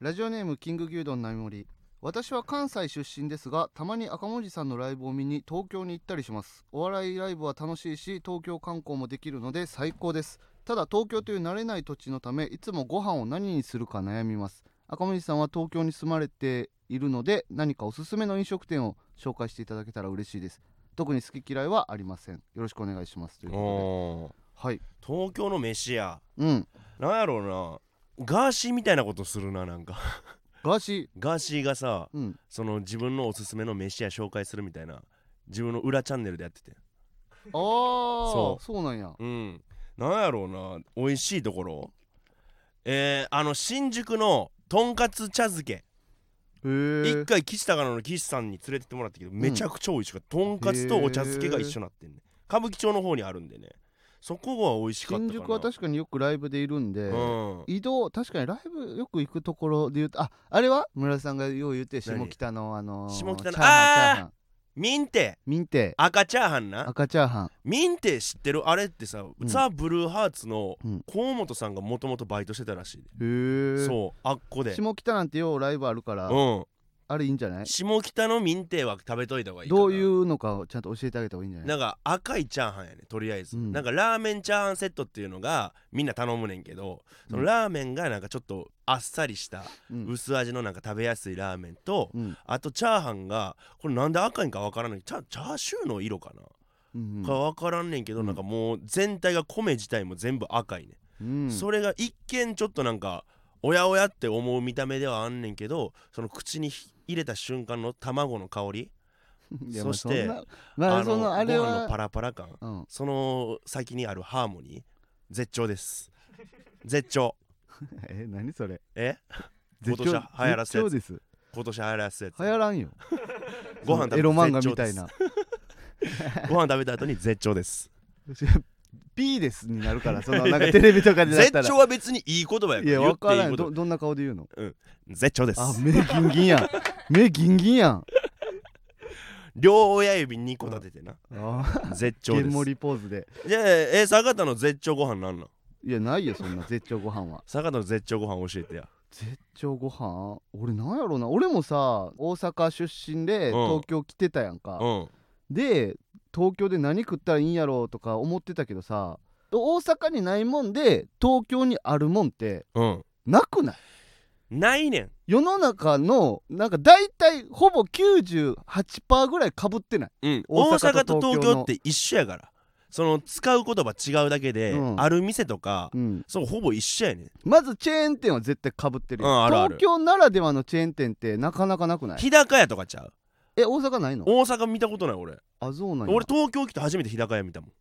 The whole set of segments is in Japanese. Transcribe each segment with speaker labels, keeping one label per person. Speaker 1: ラジオネームキング牛丼並盛私は関西出身ですがたまに赤文字さんのライブを見に東京に行ったりしますお笑いライブは楽しいし東京観光もできるので最高ですただ東京という慣れない土地のためいつもご飯を何にするか悩みます赤文字さんは東京に住まれているので何かおすすめの飲食店を紹介していただけたら嬉しいです特に好き嫌いはありませんよろしくお願いしますというこ
Speaker 2: お
Speaker 1: と
Speaker 2: ー
Speaker 1: ではい
Speaker 2: 東京の飯や
Speaker 1: うん
Speaker 2: なんやろうなガーシーみたいなことするななんか
Speaker 1: ガーシ
Speaker 2: ガーシーがさ
Speaker 1: ーうん
Speaker 2: その自分のおすすめの飯屋紹介するみたいな自分の裏チャンネルでやってて
Speaker 1: ああそ
Speaker 2: そう
Speaker 1: そうなんや
Speaker 2: うんなんやろうな美味しいところえー、あの新宿のとんかつ茶漬
Speaker 1: へ
Speaker 2: け
Speaker 1: ー
Speaker 2: 一回岸高野の岸さんに連れてってもらったけどめちゃくちゃ美味しかった、とんかつとお茶漬けが一緒になってんね歌舞伎町の方にあるんでねそこが美味しかったかな
Speaker 1: 新宿は確かによくライブでいるんで、
Speaker 2: うん
Speaker 1: 移動確かにライブよく行くところで言うとああれは村井さんがよう言って下北のあのー、
Speaker 2: 下北の
Speaker 1: チャーハン
Speaker 2: あー
Speaker 1: チャーハン
Speaker 2: ミンテ
Speaker 1: 民亭
Speaker 2: 赤チャーハンな
Speaker 1: 赤チャーハン
Speaker 2: ミンテ知ってるあれってさ、
Speaker 1: ん
Speaker 2: ザ・ブルーハーツの
Speaker 1: うん
Speaker 2: 河本さんがもともとバイトしてたらしいで、
Speaker 1: へえ
Speaker 2: そうあっこで
Speaker 1: 下北なんてようライブあるから、
Speaker 2: う
Speaker 1: あれいいんじゃない
Speaker 2: ん下北のミンテは食べといた方がいいかな
Speaker 1: どういうのかをちゃんと教えてあげた方がいいんじゃない
Speaker 2: なんか赤いチャーハンやねとりあえず、
Speaker 1: うん
Speaker 2: なんかラーメンチャーハンセットっていうのがみんな頼むねんけどその
Speaker 1: うん
Speaker 2: ラーメンがなんかちょっとあっさりした
Speaker 1: うん
Speaker 2: 薄味のなんか食べやすいラーメンと、
Speaker 1: うん
Speaker 2: あとチャーハンがこれなんで赤いんかわからないチャチャーシューの色かな、
Speaker 1: うん
Speaker 2: かわからんねんけど、
Speaker 1: うん
Speaker 2: なんかもう全体が米自体も全部赤いね、
Speaker 1: うん
Speaker 2: それが一見ちょっとなんかおやおやって思う見た目ではあんねんけどその口にひ入れた瞬間の卵の香り
Speaker 1: いや
Speaker 2: そして
Speaker 1: まあそんなまあそのあれ
Speaker 2: ご飯のパ
Speaker 1: は
Speaker 2: ラパラ感
Speaker 1: うん
Speaker 2: その先にあるハーモニー絶頂です絶頂
Speaker 1: え何それ
Speaker 2: え
Speaker 1: 絶頂
Speaker 2: 今年流行らせたや
Speaker 1: 絶頂
Speaker 2: つ
Speaker 1: です
Speaker 2: 今年流行らすやつ
Speaker 1: 流行らんよ
Speaker 2: ご飯食べ
Speaker 1: エロ漫画みた
Speaker 2: 絶
Speaker 1: い
Speaker 2: 頂
Speaker 1: な
Speaker 2: ですご飯食べた後に絶頂です
Speaker 1: P ですになるからそのなんかテレビとかでだっ
Speaker 2: 絶
Speaker 1: たら
Speaker 2: 頂は別にいい言葉やから
Speaker 1: いや
Speaker 2: 言
Speaker 1: わ
Speaker 2: っ
Speaker 1: か
Speaker 2: てい
Speaker 1: ら
Speaker 2: い
Speaker 1: ん
Speaker 2: こと
Speaker 1: どどんな顔で言 うの
Speaker 2: 絶頂です
Speaker 1: あ目ギンギン やん目ギンギンやん
Speaker 2: 両親指2個立ててな
Speaker 1: あ
Speaker 2: 絶
Speaker 1: ー
Speaker 2: 頂
Speaker 1: ゲ
Speaker 2: で
Speaker 1: ンモ
Speaker 2: す
Speaker 1: リポーズで
Speaker 2: じゃあえー坂田の絶頂ご飯なんなん
Speaker 1: いやないよそんな絶頂ご飯は
Speaker 2: 坂田の絶頂ご飯教えてや
Speaker 1: 絶頂ご飯俺なんやろうな俺もさ大阪出身で
Speaker 2: うん
Speaker 1: 東京来てたやんか、
Speaker 2: うん
Speaker 1: で東京で何食ったらいいんやろうとか思ってたけどさ大阪にないもんで東京にあるもんって
Speaker 2: うん
Speaker 1: なくない
Speaker 2: ないねん
Speaker 1: 世の中のなんか大体ほぼ98%ぐらいかぶってない
Speaker 2: うん、
Speaker 1: 大
Speaker 2: 大
Speaker 1: 阪
Speaker 2: 阪
Speaker 1: と
Speaker 2: と
Speaker 1: 東
Speaker 2: 東
Speaker 1: 京の
Speaker 2: 京って一緒やからその使う言葉違うだけで、
Speaker 1: うん
Speaker 2: ある店とか、
Speaker 1: うん
Speaker 2: そうほぼ一緒やねん
Speaker 1: まずチェーン店は絶対かぶってるよ、
Speaker 2: うんあるある
Speaker 1: 東京ならではのチェーン店ってなかなかなくない
Speaker 2: 日高屋とかちゃう
Speaker 1: え大阪ないの
Speaker 2: 大阪見たことない俺
Speaker 1: あそうなんや
Speaker 2: 俺東京来て初めて日高屋見たもん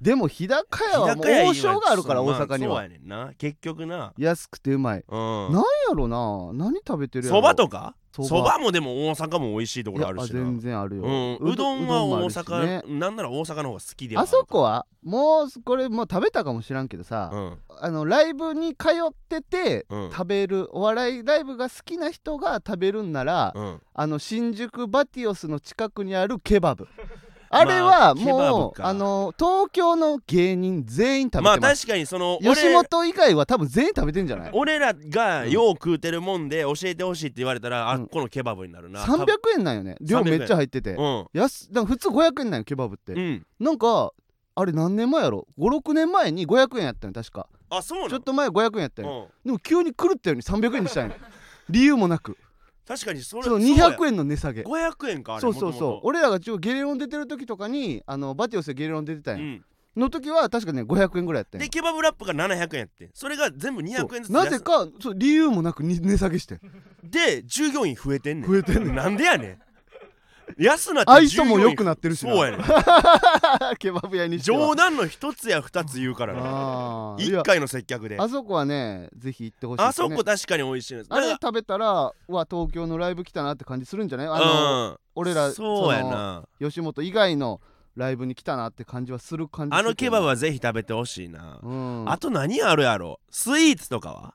Speaker 1: でも日高屋は
Speaker 2: 日
Speaker 1: もう
Speaker 2: 高屋以外
Speaker 1: 王将があるから
Speaker 2: そう
Speaker 1: 大
Speaker 2: まあ
Speaker 1: 阪に
Speaker 2: そう
Speaker 1: は
Speaker 2: やねんな結局な
Speaker 1: 安くてうまい
Speaker 2: うん
Speaker 1: なんやろな何食べてるやろ
Speaker 2: そばとか
Speaker 1: そば
Speaker 2: そばもでも大阪も美味しいとこ
Speaker 1: い
Speaker 2: ろ
Speaker 1: や
Speaker 2: ある
Speaker 1: あ
Speaker 2: しな
Speaker 1: 全然あるよ、
Speaker 2: うん、うどんは
Speaker 1: うもあ
Speaker 2: 大
Speaker 1: るしね
Speaker 2: 阪、なんなら大阪の方が好きでは
Speaker 1: あ
Speaker 2: るから
Speaker 1: そこはもうこれもう食べたかもしらんけどさ、あのライブに通ってて
Speaker 2: うんうん
Speaker 1: 食べるお笑いライブが好きな人が食べるんなら、
Speaker 2: うん
Speaker 1: あの新宿バティオスの近くにあるケ バブあれは
Speaker 2: ケバ
Speaker 1: も
Speaker 2: ブ
Speaker 1: う、
Speaker 2: か
Speaker 1: あの東京の芸人全員食べて
Speaker 2: ま
Speaker 1: ま
Speaker 2: あ
Speaker 1: す、
Speaker 2: 確かにその
Speaker 1: 吉
Speaker 2: 俺
Speaker 1: 本以外は多分全員食べてんじゃない
Speaker 2: 俺らがよう食うてるもんで教えてほしいって言われたら、
Speaker 1: うん
Speaker 2: あっこのケバブになるな
Speaker 1: 300円なんよね量
Speaker 2: 300
Speaker 1: めっちゃ入ってて
Speaker 2: うん
Speaker 1: 安だから普通500円なんよケバブって、
Speaker 2: うん
Speaker 1: なんかあれ何年前やろ56年前に500円やったの確か
Speaker 2: あそうなの
Speaker 1: ちょっと前500円やったよ、
Speaker 2: うん
Speaker 1: でも急に狂ったように300円にしたんよ理由もな く
Speaker 2: 確かにそれ
Speaker 1: その
Speaker 2: うや
Speaker 1: 200円の値下げ
Speaker 2: 500円かあれ
Speaker 1: そうそうそう
Speaker 2: う
Speaker 1: 俺らが一応ゲレロン出てる時とかにあのバティオスでゲレロン出てたんよ、
Speaker 2: ん、
Speaker 1: の時は確かね500円ぐらいやったんよ
Speaker 2: でケバブラップが700円やってそれが全部200円ずつ
Speaker 1: なぜかそう理由もなくに値下げ してん
Speaker 2: で従業員増えてんねん
Speaker 1: 増えてん
Speaker 2: ねんなんでやねん安なって
Speaker 1: 愛想も良くなってるし
Speaker 2: 従
Speaker 1: な
Speaker 2: 業員そうやねん
Speaker 1: ケバブ屋にしては
Speaker 2: 冗談の一つや二つ言うからな
Speaker 1: あーい
Speaker 2: 一
Speaker 1: や
Speaker 2: 回の接客で
Speaker 1: あそこはねぜひ行ってほしい
Speaker 2: あ
Speaker 1: です
Speaker 2: そ
Speaker 1: ね
Speaker 2: こ確かに美味しいんです
Speaker 1: あれ
Speaker 2: だか
Speaker 1: 食べたらうわ東京のライブ来たなって感じするんじゃないあの、
Speaker 2: らうん
Speaker 1: 俺ら
Speaker 2: そうやな
Speaker 1: その吉本以外のライブに来たなって感じはする感じ
Speaker 2: あのケバブ
Speaker 1: は、
Speaker 2: はぜひ食べてほしいな
Speaker 1: うん、
Speaker 2: あと何あるやろスイーツとかは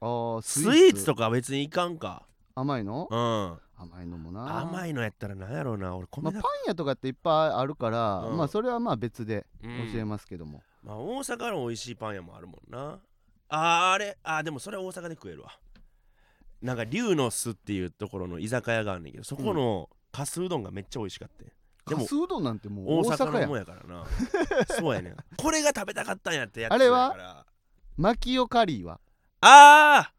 Speaker 1: あー
Speaker 2: スイーツとかは別にいかんか
Speaker 1: 甘いの
Speaker 2: うん
Speaker 1: 甘いのもな
Speaker 2: 甘いのやったら何やろうな俺
Speaker 1: ま
Speaker 2: 米
Speaker 1: あ、パ
Speaker 2: 田
Speaker 1: ン屋とかっていっぱいあるから、
Speaker 2: うん
Speaker 1: まあそれはまあ別で
Speaker 2: うん
Speaker 1: 教えますけども、
Speaker 2: まあ大阪の美味しいパン屋もあるもんなあーあれあーでもそれは大阪で食えるわなんか龍の巣っていうところの居酒屋があんねんけどそこのかすうどんがめっちゃ美味しかったで
Speaker 1: カ
Speaker 2: も
Speaker 1: スうどんなんてもう
Speaker 2: 大
Speaker 1: 大
Speaker 2: 阪
Speaker 1: 阪
Speaker 2: の
Speaker 1: や
Speaker 2: もんやからなそうやねんこれが食べたかったんやってやつ
Speaker 1: あれは
Speaker 2: だから
Speaker 1: マキオカリーは
Speaker 2: あ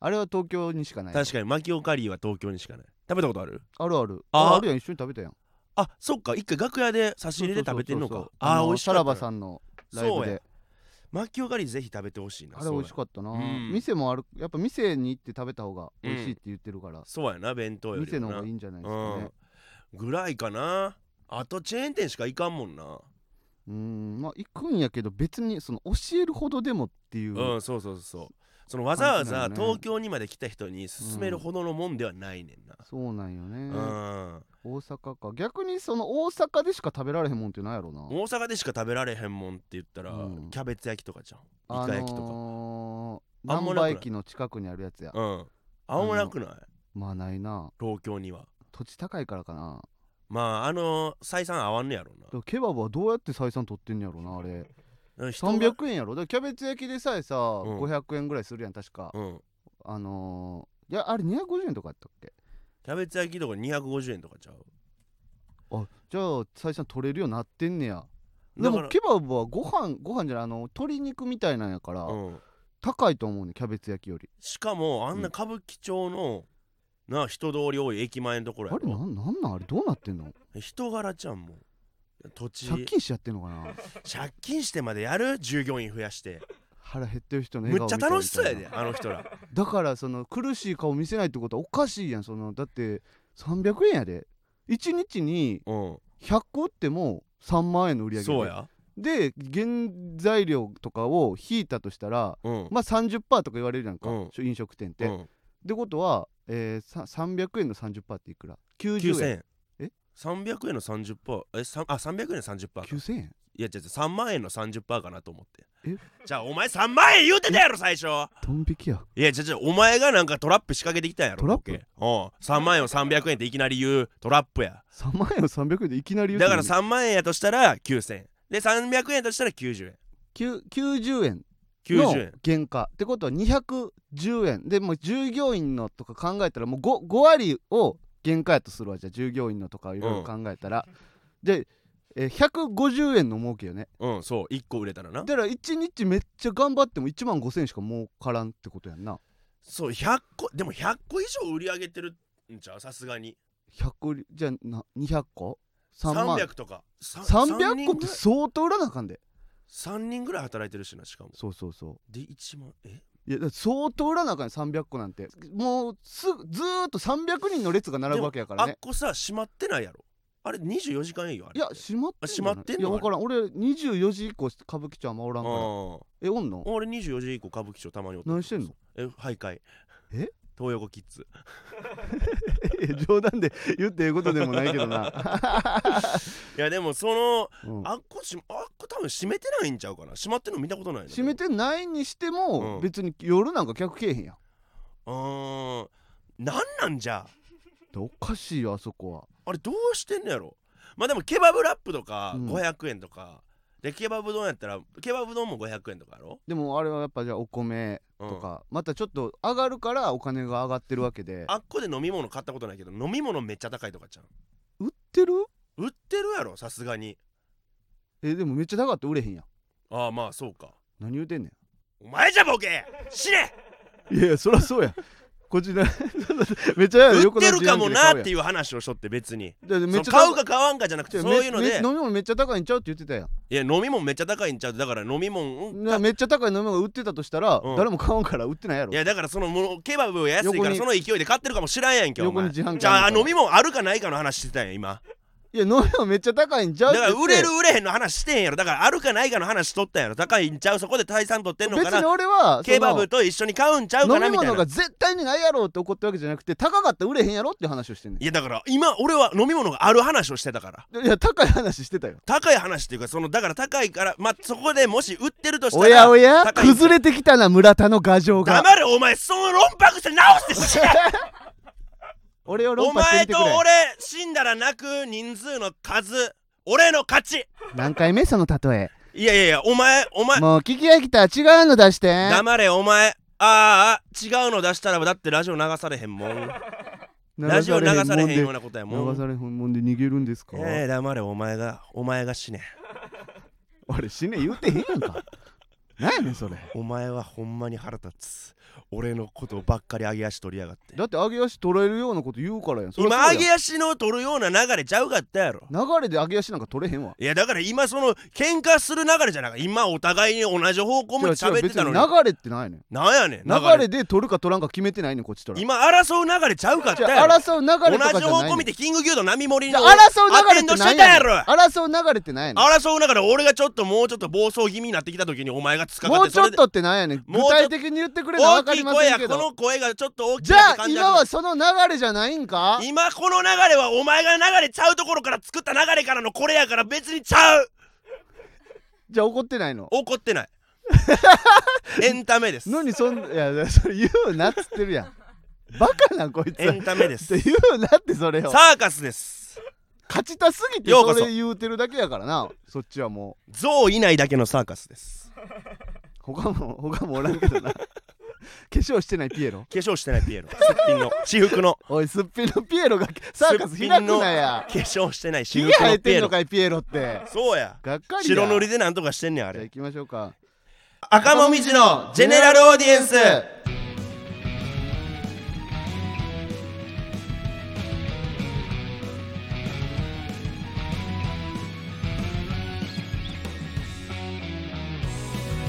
Speaker 1: あれは東京にしかな
Speaker 2: ー
Speaker 1: い
Speaker 2: 確かにマキオカリーは東京にしかない食べたことある
Speaker 1: あるある
Speaker 2: あー
Speaker 1: ああるやん一緒に食べたやん
Speaker 2: あそっか一回楽屋で差し入れで食べてんの
Speaker 1: そう
Speaker 2: か
Speaker 1: そうそうそう
Speaker 2: あー
Speaker 1: の
Speaker 2: 美味し
Speaker 1: さ
Speaker 2: かった
Speaker 1: ら
Speaker 2: な
Speaker 1: ばさんのライ
Speaker 2: そ
Speaker 1: ブ
Speaker 2: うや
Speaker 1: で
Speaker 2: マキオカリーぜひ食べてほしいな
Speaker 1: あれ美味し
Speaker 2: そうや
Speaker 1: かったな、
Speaker 2: うん
Speaker 1: 店もあるやっぱ店に行って食べた方が美味しいって言ってるから、
Speaker 2: そうやな弁当より
Speaker 1: 店の
Speaker 2: も
Speaker 1: 方
Speaker 2: な
Speaker 1: がいいんじゃないですかね
Speaker 2: うんぐらいかなあとチェーン店しか行かんもんな
Speaker 1: うーんまあ行くんやけど別にその教えるほどでもっていう、
Speaker 2: うん、そうそうそうそのわざわざ
Speaker 1: 感じなんやね
Speaker 2: 東京にまで来た人に勧めるほどのもんではないねんな
Speaker 1: そうなんよね、
Speaker 2: うん、
Speaker 1: 大阪か逆にその大阪でしか食べられへんもんってなんやろな
Speaker 2: 大阪でしか食べられへんもんって言ったら、
Speaker 1: うん
Speaker 2: キャベツ焼きとかじゃんイ
Speaker 1: あ
Speaker 2: カ焼きとか、
Speaker 1: のー、
Speaker 2: あんま
Speaker 1: 難
Speaker 2: なくない
Speaker 1: 波駅の近くにあるやつや
Speaker 2: うんあんまなくない
Speaker 1: まあないな
Speaker 2: 東京には
Speaker 1: 土地高いからかな
Speaker 2: まああの採算合わんねやろ
Speaker 1: でもケバブはどうやって採算取ってんやろなあれ
Speaker 2: な人が
Speaker 1: 300円やろだからキャベツ焼きでさえさ、
Speaker 2: ん
Speaker 1: 500円ぐらいするやん確か、
Speaker 2: うん
Speaker 1: あのー、いやあれ250円とかやったっけ
Speaker 2: キャベツ焼きとか250円とかちゃう
Speaker 1: あじゃあ採算取れるようになってんねやで
Speaker 2: だか
Speaker 1: も
Speaker 2: ら
Speaker 1: ケバブはご飯ご飯じゃないあの鶏肉みたいなんやから、
Speaker 2: うん、
Speaker 1: 高いと思うねキャベツ焼きより
Speaker 2: しかもあんな歌舞伎町の、な人通り多い駅前のところ
Speaker 1: あ
Speaker 2: や
Speaker 1: れな
Speaker 2: ろ
Speaker 1: んなんなんあれどうなってんの
Speaker 2: 人柄ちゃんもん土地
Speaker 1: 借金しちゃってんのかな
Speaker 2: 借金してまでやる従業員増やして
Speaker 1: 腹減ってる人の
Speaker 2: む
Speaker 1: 笑顔
Speaker 2: っちゃ
Speaker 1: 見たい
Speaker 2: 楽しそうや
Speaker 1: みた
Speaker 2: で
Speaker 1: い
Speaker 2: あの人 ら
Speaker 1: なだからその苦しい顔見せないってことはおかしいやんそのだって300円やで1日に
Speaker 2: うん
Speaker 1: 100個売っても3万円の売り上げで
Speaker 2: そうや
Speaker 1: で原材料とかを引いたとしたら
Speaker 2: うん
Speaker 1: まあ30%とか言われるやんか、
Speaker 2: うん
Speaker 1: 飲食店って、
Speaker 2: う
Speaker 1: っ
Speaker 2: ん
Speaker 1: てことは、えー、さ300円の30%っていくら90
Speaker 2: 9000
Speaker 1: 円
Speaker 2: 円
Speaker 1: え
Speaker 2: 300円の30%パーえさんあ300円の30%パーか
Speaker 1: 9000円
Speaker 2: いや違う違う3万円の30%パーかなと思って
Speaker 1: え
Speaker 2: じゃあお前3万円言うてたやろ最初
Speaker 1: ドン引きや
Speaker 2: いや違う違うお前がなんかトラップ仕掛けてきたやろ
Speaker 1: トラップ
Speaker 2: ボケうん3万円を300円っていきなり言うトラップや
Speaker 1: 3万円を300円でいきなり言う
Speaker 2: だから
Speaker 1: さ
Speaker 2: 3万円やとしたら9000円で300円としたら90円
Speaker 1: 90円の
Speaker 2: 90円
Speaker 1: 原価ってことは210円でもう従業員のとか考えたらもう 5, 5割を原価やとするわじゃあ従業員のとかいろいろ考えたら、で、えー、150円の儲けよね
Speaker 2: うんそう1個売れたらな
Speaker 1: だから1日めっちゃ頑張っても1万5000円しか儲からんってことやんな
Speaker 2: そう100個でも100個以上売り上げてるんちゃうさすがに
Speaker 1: 100じゃあな200個3万
Speaker 2: 300とかさ三
Speaker 1: 300
Speaker 2: 人
Speaker 1: 個っ
Speaker 2: ぐ
Speaker 1: て
Speaker 2: らい
Speaker 1: 相当売らなあかんで
Speaker 2: 3人ぐらい働いてるしなしかも
Speaker 1: そうそうそ
Speaker 2: で1万え
Speaker 1: ういやだから相当売らなあかんよ300個なんてもうすぐずーっと300人の列が並ぶわけやから
Speaker 2: あっ
Speaker 1: ね
Speaker 2: こさ閉まってないやろあれ24時間営業あれ
Speaker 1: いや閉まってんじゃない
Speaker 2: あ閉まってんの
Speaker 1: いや
Speaker 2: あれ
Speaker 1: 分からん俺24時以降歌舞伎町あんまおら
Speaker 2: うん
Speaker 1: んからえおんの
Speaker 2: 俺24時以降歌舞伎町たまにおった
Speaker 1: 何してんの
Speaker 2: え徘徊
Speaker 1: え
Speaker 2: 東横キッズ
Speaker 1: いや冗談で言ってええことでもないけどな、
Speaker 2: いやでもその
Speaker 1: うん
Speaker 2: あっこしあっこ多分閉めてないんちゃうかな閉まってんの見たことないな
Speaker 1: 閉めてないにしても、
Speaker 2: うん
Speaker 1: 別に夜なんか客けえへんやん
Speaker 2: うーんなんなんじゃ
Speaker 1: でおかしいよあそこは
Speaker 2: あれどうしてんのやろまあでもケバブラップとか
Speaker 1: うん
Speaker 2: 500円とか、でケバブ丼やったらケバブ丼も500円とかやろ、
Speaker 1: でもあれはやっぱじゃあお米
Speaker 2: うん、
Speaker 1: とか、またちょっと上がるからお金が上がってるわけで
Speaker 2: あっこで飲み物買ったことないけど飲み物めっちゃ高いとかじゃん
Speaker 1: 売ってる
Speaker 2: 売ってるやろさすがに
Speaker 1: えでもめっちゃ高かって売れへんやん
Speaker 2: ああまあそうか
Speaker 1: 何言うてんね
Speaker 2: お前じゃボケ死ね
Speaker 1: んいやいやそりゃそうやこっちな めっちゃ
Speaker 2: 売っ
Speaker 1: 横
Speaker 2: て
Speaker 1: の
Speaker 2: る
Speaker 1: 自
Speaker 2: か
Speaker 1: 販
Speaker 2: も
Speaker 1: 機で
Speaker 2: な
Speaker 1: 買うやん
Speaker 2: っていう話をしとって別に
Speaker 1: だってめっち
Speaker 2: そ
Speaker 1: ゃ高
Speaker 2: の買うか買わんかじゃなく
Speaker 1: い
Speaker 2: て
Speaker 1: や
Speaker 2: そういうの
Speaker 1: めめ
Speaker 2: で
Speaker 1: 飲み物めっちゃ高いんちゃうって言ってたやん
Speaker 2: いや飲み物めっちゃ高いんちゃうだから飲み物うん
Speaker 1: なめっちゃ高い飲み物売ってたとしたら、
Speaker 2: うん
Speaker 1: 誰も買わんから売ってないやろ
Speaker 2: いやだからそのもうケバブは安い
Speaker 1: 横
Speaker 2: から
Speaker 1: に
Speaker 2: その勢いで買ってるかもしらんやんけお
Speaker 1: 横に
Speaker 2: 前
Speaker 1: 自販機
Speaker 2: じゃあ
Speaker 1: るから
Speaker 2: 飲み物あるかないかの話してたんや今
Speaker 1: いや飲み物めっちゃ高いんちゃう
Speaker 2: だ
Speaker 1: って
Speaker 2: から
Speaker 1: 言っ
Speaker 2: 売
Speaker 1: て
Speaker 2: れる売れへんの話してんやろだからあるかないかの話しとったんやろ高いんちゃうそこで退散取ってんのか
Speaker 1: 別に
Speaker 2: な
Speaker 1: 俺は
Speaker 2: ケバ
Speaker 1: その
Speaker 2: ブと一緒に買うんちゃうかな
Speaker 1: 飲み
Speaker 2: みたい
Speaker 1: 物
Speaker 2: な
Speaker 1: が絶対にないやろうって怒ったわけじゃなくて高かったら売れへんやろって話をしてんね
Speaker 2: いやだから今俺は飲み物がある話をしてたから
Speaker 1: んいや高い話してたよ
Speaker 2: 高い話っていうかそのだから高いからまあそこでもし売ってるとしたら
Speaker 1: おやおや
Speaker 2: 高いんです
Speaker 1: 崩
Speaker 2: よ
Speaker 1: れてきたな村田の牙城が
Speaker 2: 黙れお前その論破して直して死ね
Speaker 1: 俺を
Speaker 2: お
Speaker 1: 論破してみ
Speaker 2: 前
Speaker 1: て
Speaker 2: と
Speaker 1: くれ
Speaker 2: 俺死んだら泣く人数の数俺の勝ち
Speaker 1: 何回目その例え
Speaker 2: いやいやいやお前お前
Speaker 1: もう聞き飽きた違うの出して
Speaker 2: 黙れお前あーあ違うの出したらだってラジオ流されへんもんラジオ流されへんようなことやも
Speaker 1: 流
Speaker 2: ん
Speaker 1: されへんもんで逃げるんですか、
Speaker 2: ええ黙れお前がお前が死ね
Speaker 1: あれ死ね言うてへんやん かなんやねんそれ
Speaker 2: お前はほんまに腹立つ俺のことばっかり上げ足取りやがって
Speaker 1: だって揚げ足取れるようなこと言うからやんそりゃ
Speaker 2: 今
Speaker 1: そう
Speaker 2: 上げ
Speaker 1: やん
Speaker 2: 足の取るような流れちゃうかったやろ
Speaker 1: 流れで揚げ足なんか取れへんわ
Speaker 2: いやだから今その喧嘩する流れじゃなく今お互いに同じ方向向いて
Speaker 1: 違う違
Speaker 2: 喋
Speaker 1: う
Speaker 2: ってたのに
Speaker 1: 別に流れってないねん
Speaker 2: なんやねん
Speaker 1: 流れで取るか取らんか決めてないねんこっちとら
Speaker 2: 今争う流れちゃうかった
Speaker 1: じゃ
Speaker 2: やろ
Speaker 1: あ争う流れと
Speaker 2: 同
Speaker 1: か
Speaker 2: じ
Speaker 1: じゃない
Speaker 2: 方
Speaker 1: ね
Speaker 2: 向
Speaker 1: ん
Speaker 2: 見てキングギュード並盛り
Speaker 1: じゃ
Speaker 2: の
Speaker 1: あ争う流れってない
Speaker 2: アテンドしてたやろ
Speaker 1: 争う流れってないねん
Speaker 2: 争う流れ俺がちょっともうちょっと暴走気味になってきた時にお前がつかか
Speaker 1: も
Speaker 2: っ
Speaker 1: う
Speaker 2: て
Speaker 1: ち
Speaker 2: そ
Speaker 1: ょっ
Speaker 2: れで
Speaker 1: とってなんやねん具
Speaker 2: もうちょっ
Speaker 1: 体
Speaker 2: と
Speaker 1: 的に言ってくれな
Speaker 2: 大
Speaker 1: 分か
Speaker 2: きい
Speaker 1: りま
Speaker 2: 声
Speaker 1: せ
Speaker 2: や
Speaker 1: んけ
Speaker 2: この
Speaker 1: ど
Speaker 2: 声がちょっと大き
Speaker 1: じ
Speaker 2: い
Speaker 1: ゃ
Speaker 2: なって
Speaker 1: あ
Speaker 2: 感じ
Speaker 1: 今
Speaker 2: だ
Speaker 1: はその流れじゃないんか
Speaker 2: 今この流れはお前が流れちゃうところから作った流れからのこれやから別にちゃう
Speaker 1: じゃあ怒ってないの
Speaker 2: 怒ってない エンタメです
Speaker 1: のにそんいやそれ言うなっつってるやんバカなんこいつ
Speaker 2: エンタメで
Speaker 1: っ
Speaker 2: す
Speaker 1: て言うなってそれを
Speaker 2: サーカスです
Speaker 1: 勝ちたすぎて
Speaker 2: ようこ
Speaker 1: そ
Speaker 2: そ
Speaker 1: れ言うてるだけやからなそっちはも
Speaker 2: 象いないだけのサーカスです化
Speaker 1: う他も他もおらんけ どな化粧してないピエロ
Speaker 2: 粧してないピエロすっぴんの私服の
Speaker 1: おいすっぴんのピエロがサーカス
Speaker 2: すっぴ
Speaker 1: 開
Speaker 2: んの
Speaker 1: くなや
Speaker 2: 化粧してない私
Speaker 1: ひ
Speaker 2: 服
Speaker 1: げ生
Speaker 2: の
Speaker 1: え
Speaker 2: ピ
Speaker 1: て
Speaker 2: エ
Speaker 1: んの
Speaker 2: ロ
Speaker 1: かいピエロって
Speaker 2: そうや
Speaker 1: がっかりや
Speaker 2: 白塗り
Speaker 1: じ
Speaker 2: でなんとかしてんねんあ
Speaker 1: ゃあ
Speaker 2: れ
Speaker 1: 行きましょうか
Speaker 2: 赤もみじのジェネラルオーディエンス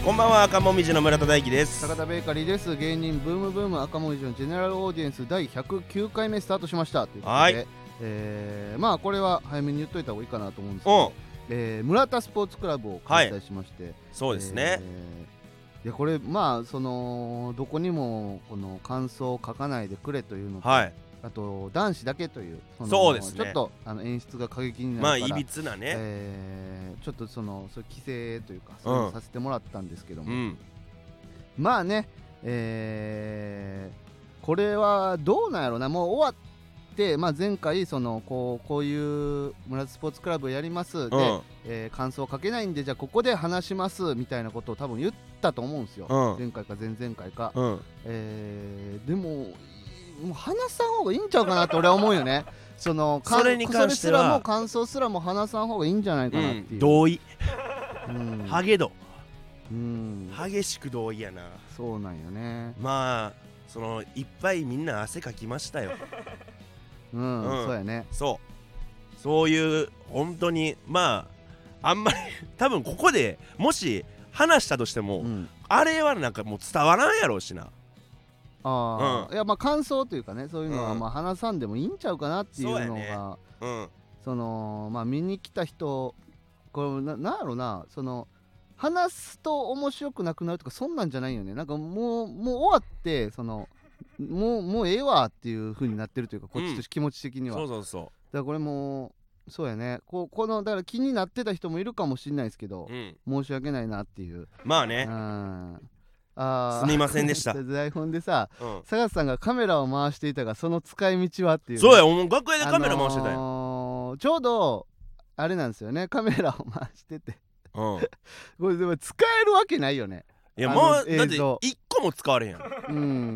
Speaker 2: こんばんは赤もみじの村田大樹です
Speaker 1: 坂田ベーカリーです芸人ブームブーム赤文字のジェネラルオーディエンス第109回目スタートしましたということで、
Speaker 2: はい
Speaker 1: えーまあこれは早めに言っといた方がいいかなと思うんですけ
Speaker 2: うん
Speaker 1: ど、えー村田スポーツクラブを開催しまして、
Speaker 2: そうですね、
Speaker 1: えーいやこれまあそのどこにもこの感想を書かないでくれというのと、
Speaker 2: はい
Speaker 1: あと男子だけというその
Speaker 2: そうですね
Speaker 1: ちょっとあの演出が過激になるか
Speaker 2: ま
Speaker 1: ら、
Speaker 2: あいびつなね、
Speaker 1: えーちょっとそのそういう規制というかそういうのをさせてもらったんですけども、
Speaker 2: うん
Speaker 1: まあね、えーこれはどうなんやろな、もう終わって、まあ、前回そのこう、こういう村津スポーツクラブやりますで、
Speaker 2: うん
Speaker 1: えー感想を書けないんで、じゃあここで話しますみたいなことを多分言ったと思うんですよ、
Speaker 2: うん
Speaker 1: 前回か前々回か。
Speaker 2: うん
Speaker 1: えーでももう話さん方がいいんちゃうかなと俺は思うよ ね。そのかん
Speaker 2: それに関しては
Speaker 1: それすらも感想すらも話さん方がいいんじゃないか
Speaker 2: う
Speaker 1: なって
Speaker 2: ん
Speaker 1: いう。
Speaker 2: 同意
Speaker 1: うん
Speaker 2: ハゲド
Speaker 1: うん
Speaker 2: 激しく同意やな
Speaker 1: そうなんよね。
Speaker 2: まあそのいっぱいみんな汗かきま したよ
Speaker 1: うん、
Speaker 2: うん
Speaker 1: そうやね。
Speaker 2: そうそういう本当にまああんまり 多分ここでもし話したとしても、
Speaker 1: うん、
Speaker 2: あれはなんかもう伝わらんやろうしな
Speaker 1: ああ、
Speaker 2: う
Speaker 1: いやまあ感想というかねそういうのは
Speaker 2: うん
Speaker 1: まあ話さんでもいいんちゃうかなっていうのが
Speaker 2: そ
Speaker 1: そ,、
Speaker 2: うやねうん
Speaker 1: のまあ見に来た人これななんやろなその話すと面白くなくなるとかそんなんじゃないよねなんかもうもう終わってそのもうもうええわっていう風になってるというかこっちとし気持ち的には、
Speaker 2: そ
Speaker 1: だ
Speaker 2: う
Speaker 1: か
Speaker 2: そうそ
Speaker 1: らこれもうそうやねこうこのだから気になってた人もいるかもしれないですけど
Speaker 2: う、う、ん、
Speaker 1: 申し訳ないなっていう、
Speaker 2: まあ
Speaker 1: う
Speaker 2: ね、
Speaker 1: ん、あー
Speaker 2: すみませんで した
Speaker 1: 台本でさ
Speaker 2: うん、
Speaker 1: 佐賀さんがカメラを回していたがその使い道はっていうね、
Speaker 2: そうやお前楽屋でカメラ回してたやん、
Speaker 1: よちょうどあれなんですよねカメラを回してて
Speaker 2: うん、い
Speaker 1: これでも使えるわけないよね
Speaker 2: や
Speaker 1: あ
Speaker 2: も
Speaker 1: の
Speaker 2: うだって
Speaker 1: 映像
Speaker 2: 一個も使われへんやん
Speaker 1: う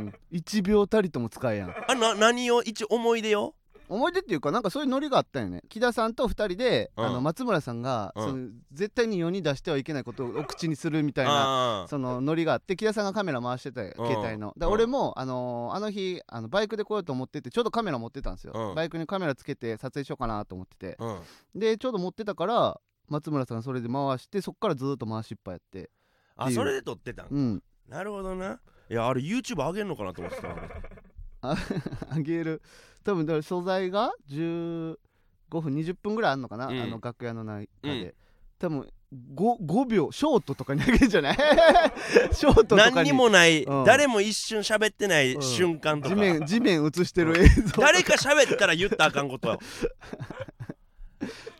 Speaker 1: ん1秒たりとも使えやん
Speaker 2: あな何を一応思い出よ
Speaker 1: 思い出っていうかなんかそういうノリがあったよね木田さんと2人で、
Speaker 2: うん
Speaker 1: あの松村さんが、
Speaker 2: うん
Speaker 1: その絶対に世に出してはいけないことをお口にするみたいな
Speaker 2: ああ
Speaker 1: そのノリがあって木田さんがカメラ回してたよ
Speaker 2: うん
Speaker 1: 携帯ので
Speaker 2: うん
Speaker 1: 俺も、あのーあの日あのバイクで来ようと思っててちょうどカメラ持ってたんですよ、
Speaker 2: うん
Speaker 1: バイクにカメラつけて撮影しようかなと思ってて
Speaker 2: うん
Speaker 1: でちょうど持ってたから松村さんがそれで回してそっからずーっと回しっぱやってっ
Speaker 2: あ
Speaker 1: ていう
Speaker 2: それで撮ってたん、
Speaker 1: うん
Speaker 2: なるほどないやあれ YouTube 上げんのかなと思ってた俺
Speaker 1: ああげる多分だから素材が15分20分ぐらいあんのかな、
Speaker 2: うん
Speaker 1: あの楽屋の中で、
Speaker 2: うん
Speaker 1: 多分 5, 5秒ショートとかにあげるんじ ゃないショートとかに
Speaker 2: 何にもない、
Speaker 1: うん
Speaker 2: 誰も一瞬喋ってない
Speaker 1: うん
Speaker 2: 瞬間とか、
Speaker 1: 地面地面映してる映像
Speaker 2: 誰か喋ったら言ったらあかんことよ、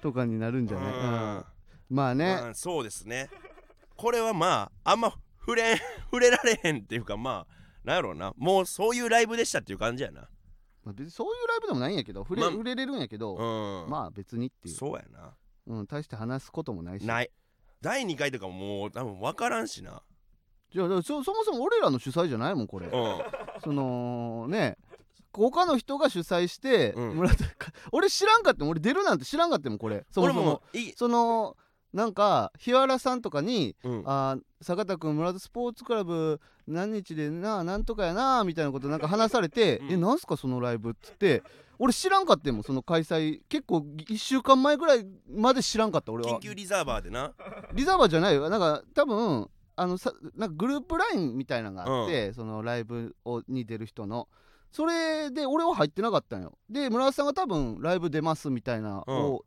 Speaker 1: とかにな るんじゃない、うんまあね、
Speaker 2: うんそうですねこれはまああんま触れん 触れられへんっていうかまあなんやろうなもうそういうライブでしたっていう感じやな
Speaker 1: まあ別にそういうライブでもないんやけど触れ,、
Speaker 2: まあ
Speaker 1: 触れれるんやけど、
Speaker 2: うん
Speaker 1: まあ別にっていう
Speaker 2: そうやな
Speaker 1: う、ん、大して話すこともないし
Speaker 2: ない第2回とかももう多分分からんしな
Speaker 1: じゃあだからそそもそも俺らの主催じゃないもんこれそのね他の人が主催して、
Speaker 2: うん
Speaker 1: 村田か俺知らんかっても俺出るなんて知らんかってもこれそも
Speaker 2: 俺
Speaker 1: そも
Speaker 2: もいい、
Speaker 1: そのなんか日原さんとかに
Speaker 2: うん、
Speaker 1: あー坂田君村田スポーツクラブ何日でななんとかやなみたいなことなんか話されて「
Speaker 2: うん
Speaker 1: えなんすかそのライブ」っつって俺知らんかったもんその開催結構1週間前ぐらいまで知らんかった俺は
Speaker 2: 緊急リザーバーでな
Speaker 1: リザーバーじゃないよなんか多分あのさなんかグループラインみたいなのがあって、そのライブをに出る人のそれで俺は入ってなかったんよで村田さんが多分ライブ出ますみたいな
Speaker 2: うん
Speaker 1: を、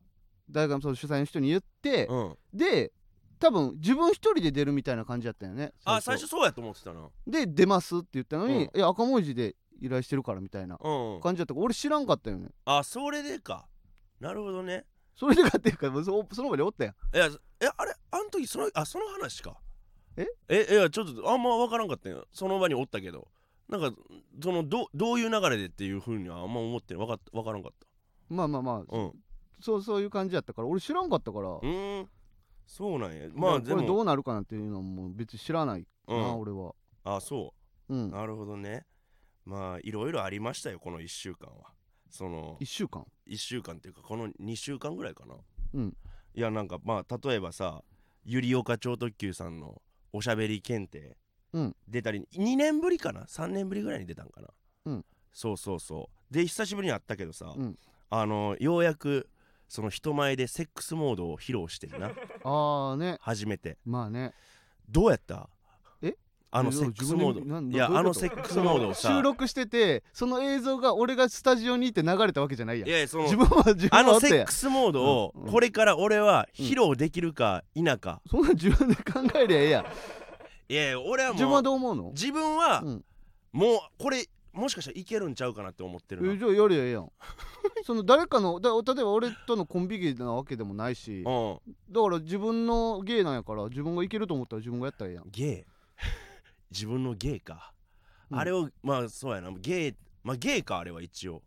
Speaker 1: 大学のその主催の人に言って、
Speaker 2: うん
Speaker 1: で多分自分一人で出るみたいな感じだったよね
Speaker 2: あ最初そうやと思ってたな
Speaker 1: で出ますって言ったのに、
Speaker 2: うん
Speaker 1: いや赤文字で依頼してるからみたいな
Speaker 2: うん
Speaker 1: 感じだったから俺知らんかったよね
Speaker 2: あそれでかなるほどね
Speaker 1: それでかっていうかもうそその場におったやん
Speaker 2: いやえあれあの時そのあその話か
Speaker 1: え
Speaker 2: えいやちょっとあんま分からんかったよその場におったけどなんかそのどどういう流れでっていうふうにはあんま思って分かっ分からんかっ
Speaker 1: まあまあまあ
Speaker 2: たうんう
Speaker 1: そうそういう感じだったから俺知らんかったから
Speaker 2: ーんそうなんやまあ
Speaker 1: で
Speaker 2: で
Speaker 1: もこれど
Speaker 2: も
Speaker 1: うなるかなっていうのはもう別に知らないな、
Speaker 2: うん
Speaker 1: 俺は
Speaker 2: あそううんなるほどねまあいろいろありましたよこの1週間はその
Speaker 1: 1週間
Speaker 2: 1週間っていうかこの2週間ぐらいかな
Speaker 1: うん
Speaker 2: いやなんかまあ例えばさ百合岡超特急さんのおしゃべり検定、
Speaker 1: うん
Speaker 2: 出たり2年ぶりかな3年ぶりぐらいに出たんかな、
Speaker 1: うん
Speaker 2: そうそうそうで久しぶりに会ったけどさ、
Speaker 1: うん
Speaker 2: あのようやくその人前でセックスモードを披露してるな
Speaker 1: ああね
Speaker 2: 初めて
Speaker 1: まあね
Speaker 2: どうやった
Speaker 1: え
Speaker 2: あのセックスモ
Speaker 1: 自分
Speaker 2: ー
Speaker 1: で
Speaker 2: ドいや
Speaker 1: な
Speaker 2: あ
Speaker 1: どういうこ
Speaker 2: の
Speaker 1: と
Speaker 2: セックスモードをさ
Speaker 1: 収録しててその映像が俺がスタジオにいて流れたわけじゃないやん
Speaker 2: いやいやその
Speaker 1: 自分は自分
Speaker 2: あ
Speaker 1: はお
Speaker 2: の
Speaker 1: った
Speaker 2: セ
Speaker 1: や
Speaker 2: ッ
Speaker 1: ん
Speaker 2: クスモードを
Speaker 1: うんうん
Speaker 2: これから俺は披露できるか否か、
Speaker 1: そんなん自分で考えりゃええやん
Speaker 2: いやいや俺は
Speaker 1: 自分は
Speaker 2: もう
Speaker 1: どう思うの
Speaker 2: 自分は
Speaker 1: うん
Speaker 2: もうこれもしかしたらいけるんちゃうかなって思ってる
Speaker 1: えじゃあやりゃええやん その誰かのだ例えば俺とのコンビ芸なわけでもないし
Speaker 2: な、うん、
Speaker 1: だから自分の芸なんやから自分がいけると思ったら自分がやったらええやん
Speaker 2: ゲイ 自分のゲイか、
Speaker 1: うん
Speaker 2: あれをまあそうやなゲイまあゲイかあれは一応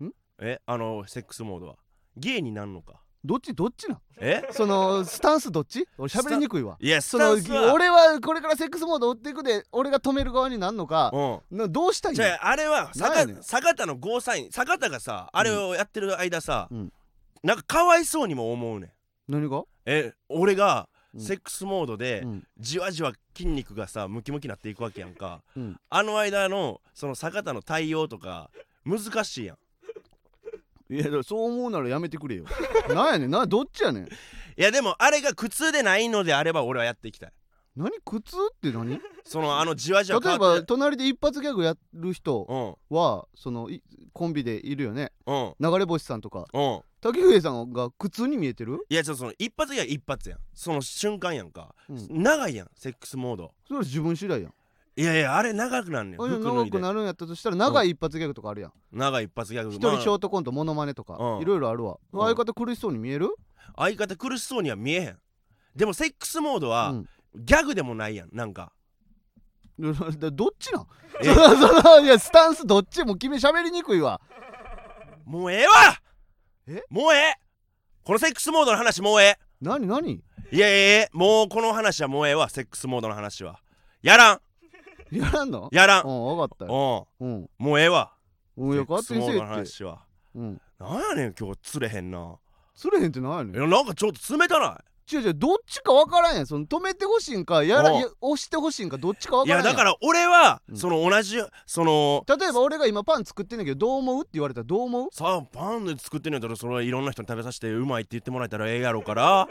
Speaker 1: ん
Speaker 2: えあのセックスモードはゲイになん のか
Speaker 1: どっちどっちなん
Speaker 2: え
Speaker 1: そのスタンスどっち俺喋りにくいわ
Speaker 2: いや
Speaker 1: そ
Speaker 2: スタ
Speaker 1: の
Speaker 2: ンスは
Speaker 1: 俺はこれからセックスモード追っていくで俺が止める側になんのか、
Speaker 2: うん
Speaker 1: などうしたい
Speaker 2: じ
Speaker 1: の
Speaker 2: ゃああれは
Speaker 1: なん
Speaker 2: 坂
Speaker 1: やねん
Speaker 2: 坂田のゴーサイン坂田がさあれをやってる間さ、
Speaker 1: うん
Speaker 2: なんかかわいそうにも思うねん
Speaker 1: 何が、
Speaker 2: え俺が
Speaker 1: うん
Speaker 2: セックスモードで
Speaker 1: うん
Speaker 2: じわじわ筋肉がさムキムキなっていくわけやんか
Speaker 1: うん
Speaker 2: あの間のその坂田の対応とか難しいやん
Speaker 1: いやだからそう思うならやめてくれよ なんやねんなどっちやねん
Speaker 2: いやでもあれが苦痛でないのであれば俺はやっていきたい
Speaker 1: 何苦痛って何例
Speaker 2: そのあの じわじわ
Speaker 1: え
Speaker 2: 変わっ
Speaker 1: ば
Speaker 2: て
Speaker 1: 隣で一発ギャグやる人
Speaker 2: うん
Speaker 1: はそのいコンビでいるよね
Speaker 2: うん
Speaker 1: 流れ星さんとか
Speaker 2: うん
Speaker 1: 竹笛さんが苦痛に見えてる
Speaker 2: いやちょっとその一発や一発やんその瞬間やんか、
Speaker 1: うん
Speaker 2: 長いやんセックスモード
Speaker 1: それは自分次第やん
Speaker 2: いやいやあれ長くなんねん
Speaker 1: あれ
Speaker 2: 服脱
Speaker 1: 長
Speaker 2: いで
Speaker 1: くなるんやったとしたら長い一発ギャグとかあるやん
Speaker 2: 長い一発ギャグ
Speaker 1: 一
Speaker 2: ま
Speaker 1: 人
Speaker 2: あ
Speaker 1: ショートコントモノマネとか
Speaker 2: うん
Speaker 1: いろいろあるわ
Speaker 2: うん
Speaker 1: 相方苦しそうに見える
Speaker 2: 相方苦しそうには見えへんでもセックスモード
Speaker 1: う
Speaker 2: は
Speaker 1: ん
Speaker 2: ギャグでもないやんなんか
Speaker 1: だからどっちなん
Speaker 2: え
Speaker 1: そのそのいやスタンスどっちも君喋りにくいわ
Speaker 2: もうええわ
Speaker 1: え
Speaker 2: もうええこのセックスモードの話もうえ
Speaker 1: 何何
Speaker 2: えいやいやいやもうこの話はもうええわセックスモードの話はやらん
Speaker 1: やらんの
Speaker 2: やらん
Speaker 1: う
Speaker 2: うん
Speaker 1: ん分かったようん
Speaker 2: もうええわ
Speaker 1: うんいや勝手にせえ
Speaker 2: セックスモードの
Speaker 1: って
Speaker 2: 話は
Speaker 1: うん
Speaker 2: なんやねん今日釣れへんな
Speaker 1: 釣れへんってない
Speaker 2: い
Speaker 1: ね
Speaker 2: やなんかちょっと冷たな
Speaker 1: 違う違うどっちか分からんやんその止めてほしいんかやら
Speaker 2: うん
Speaker 1: いや押してほしいんかどっちか
Speaker 2: い
Speaker 1: 分
Speaker 2: い
Speaker 1: からん
Speaker 2: や
Speaker 1: やん
Speaker 2: だから俺は
Speaker 1: うん
Speaker 2: その同じその
Speaker 1: 例えば俺が今パン作ってんだけどどう思うって言われたらどう思う
Speaker 2: さあパンで作ってんねやったらそれはいろんな人に食べさせてうまいって言ってもらえたらええやろうから